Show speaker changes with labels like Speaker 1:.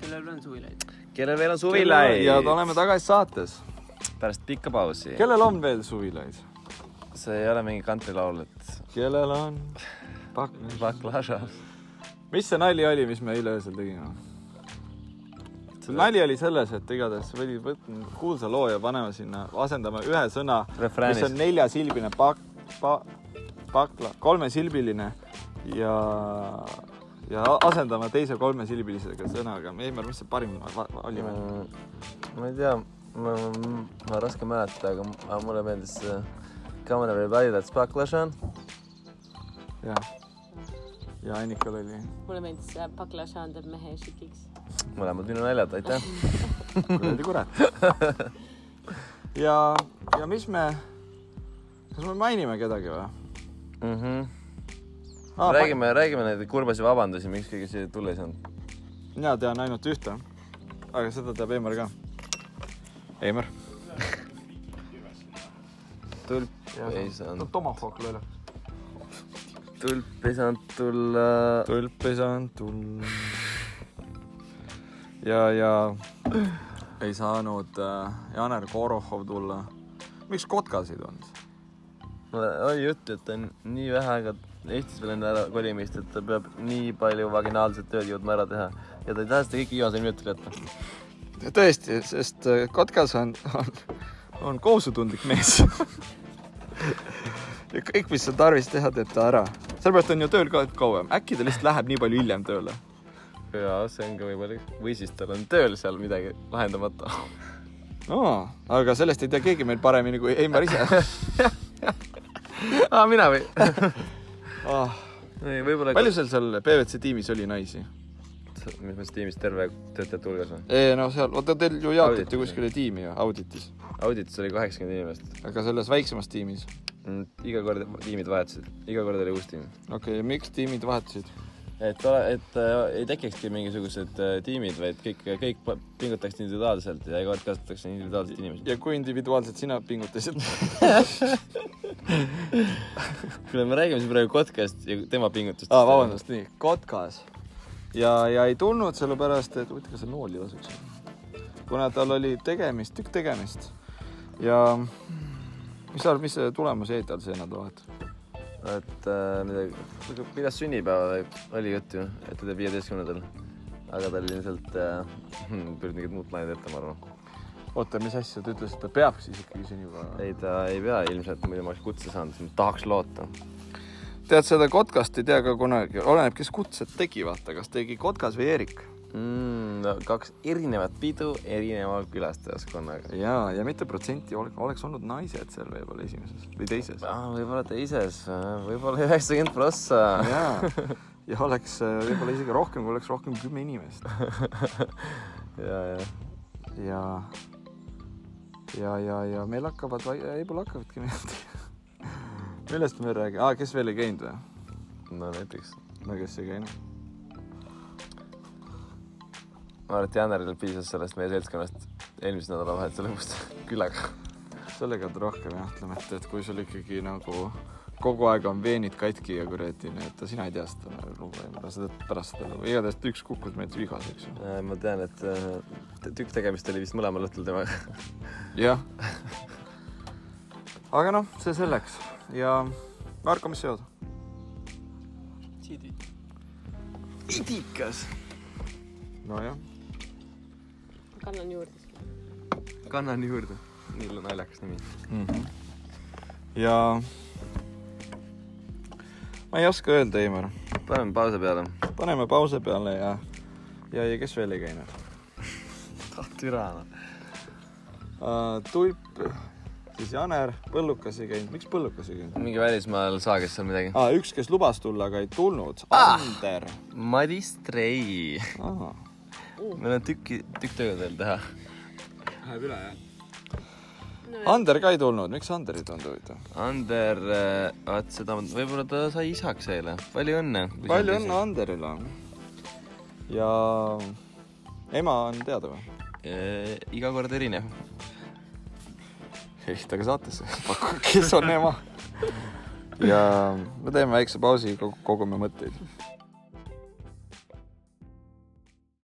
Speaker 1: kellel veel on suvilaid ?
Speaker 2: kellel veel on suvilaid ?
Speaker 3: ja oleme tagasi saates .
Speaker 2: pärast pikka pausi .
Speaker 3: kellel on veel suvilaid ?
Speaker 2: see ei ole mingi kantrilaul , et
Speaker 3: kellel on ?
Speaker 2: baklaža .
Speaker 3: mis see nali oli , mis me eile öösel tegime ? nali oli selles , et igatahes pidi võtma kuulsa loo ja panema sinna , asendama ühe sõna , mis on
Speaker 2: refräänist .
Speaker 3: neljasilbine pak- , pa- , pakla , kolmesilbiline ja , ja asendama teise kolmesilbilisega sõnaga . Meimar , mis see parim va- va- oli veel ?
Speaker 2: Äh. Mm, ma ei tea , ma , ma raske mäletada , aga m- aga mulle meeldis see Come on everybody , let's baklaža .
Speaker 3: jah . ja Annikal oli ,
Speaker 4: mulle meeldis see baklažaan teeb mehe šikiks .
Speaker 2: mõlemad minu naljad , aitäh .
Speaker 3: kuradi kurat . ja , ja mis me , kas me mainime kedagi või ah, ?
Speaker 2: Mhm. räägime , räägime neid kurbasid vabandusi , miks keegi siia tulla ei saanud .
Speaker 3: mina tean ainult ühte , aga seda teab Eimar ka . Eimar .
Speaker 2: tulp ei saanud ,
Speaker 1: tomahook lööle .
Speaker 2: tulp ei saanud tulla .
Speaker 3: tulp ei saanud tulla . ja , ja ei saanud äh, Janer Korohov tulla . miks kotkasid on siis ?
Speaker 2: oli juttu , et on nii vähe aega Eestis veel enne ära kolimist , et ta peab nii palju vaginaalset tööd jõudma ära teha ja ta ei taha seda kõike viimasel minutil jätta .
Speaker 3: tõesti , sest äh, kotkas on , on , on kohusetundlik mees . ja kõik , mis on tarvis teha , teeb ta ära . sellepärast on ju tööl ka kauem , äkki ta lihtsalt läheb nii palju hiljem tööle .
Speaker 2: ja see on ka võib-olla , või siis tal on tööl seal midagi lahendamata .
Speaker 3: aa , aga sellest ei tea keegi meil paremini kui Eimar ise
Speaker 2: aa , mina või ?
Speaker 3: ah. .
Speaker 2: ei , võib-olla .
Speaker 3: palju seal seal PVC tiimis oli naisi ?
Speaker 2: mis mõttes tiimis terve töötajate hulgas või ?
Speaker 3: ei no seal , oota teil ju jaotati
Speaker 2: Auditis.
Speaker 3: kuskile tiimi ju auditis ,
Speaker 2: auditis oli kaheksakümmend inimest .
Speaker 3: aga selles väiksemas tiimis .
Speaker 2: iga kord tiimid vahetasid , iga kord oli uus tiim .
Speaker 3: okei okay, , miks tiimid vahetusid ?
Speaker 2: et , et äh, ei tekikski mingisugused äh, tiimid , vaid kõik , kõik pa- pingutaks individuaalselt ja iga kord kasutatakse individuaalselt inimesi .
Speaker 3: ja kui individuaalselt sina pingutasid ?
Speaker 2: kuule , me räägime siin praegu kotkast ja tema pingutustest
Speaker 3: aa , Ah, vabandust , nii , kotkas . ja , ja ei tulnud sellepärast , et huvitav , kas see nooli lasuks ? kuna tal oli tegemist , tükk tegemist ja mis sa arvad , mis see tulemus jäi tal see nädalavahetus ?
Speaker 2: et äh, midagi , kuidas sünnipäeval oli juttu , et ta teeb viieteistkümnendal . aga tal ilmselt äh, püüab mingit muud plaani teha , ma arvan .
Speaker 3: oota , mis asja , ta ütles , et ta peab siis ikkagi sünnipäeva ?
Speaker 2: ei , ta ei pea ilmselt , muidu ma oleks kutse saanud , tahaks loota .
Speaker 3: tead , seda kotkast ei tea ka kunagi , oleneb , kes kutset tegi , vaata , kas tegi kotkas või Eerik .
Speaker 2: mm, . No, kaks erinevat pidu erineva külastajaskonnaga .
Speaker 3: ja , ja mitu protsenti ole, oleks olnud naised seal võib-olla esimeses või teises .
Speaker 2: Ah, võib-olla teises , võib-olla üheksakümmend prossa .
Speaker 3: ja , ja oleks äh, võib-olla isegi rohkem , kui oleks rohkem kümme inimest
Speaker 2: ja , ja .
Speaker 3: ja , ja , ja , ja meil hakkavad , võib-olla hakkavadki meelde . millest me räägime ah, , kes veel ei käinud või ?
Speaker 2: no näiteks ,
Speaker 3: no kes ei käinud ?
Speaker 2: ma arvan , et Jaaneril piisas sellest meie seltskonnast eelmise nädalavahetuse lõpust küllaga .
Speaker 3: sellega on rohkem jah , ütleme , et , et kui sul ikkagi nagu kogu aeg on veenid katki ja kuradi , nii et sina ei tea seda lugu , ma seda pärast seda , igatahes üks kukkus meil tühjas , eks ju .
Speaker 2: ma tean , et äh, te- tükk tegemist oli vist mõlemal õhtul temaga .
Speaker 3: jah . aga noh , see selleks ja Marko , mis sa jood ?
Speaker 1: siidid .
Speaker 3: idikas . nojah ,
Speaker 4: kannan juurde siis .
Speaker 2: kannan juurde . nii naljakas nimi .
Speaker 3: ja ma ei oska öelda , Eimar ,
Speaker 2: paneme pause peale .
Speaker 3: paneme pause peale ja , ja , ja kes veel ei käinud ?
Speaker 2: türa noh .
Speaker 3: Uh, tulp , siis Janer , Põllukas ei käinud , miks Põllukas ei käinud ?
Speaker 2: mingi välismaal saagis seal midagi .
Speaker 3: ah, . üks , kes lubas tulla , aga ei tulnud . Ander .
Speaker 2: Ah. Madis Trei . meil on tükki , tükk tööd veel teha .
Speaker 3: Läheb üle , jah ? Ander ka ei tulnud , miks Ander ei tulnud huvitav ?
Speaker 2: Ander , vaat seda , võib-olla ta sai isaks eile , palju õnne . ah.
Speaker 3: palju õnne . Anderile . ja ema on teada või ?
Speaker 2: Äh, iga kord erinev .
Speaker 3: helistage saatesse , pakkuge , kes on ema . ja me teeme väikse pausi , kogume mõtteid .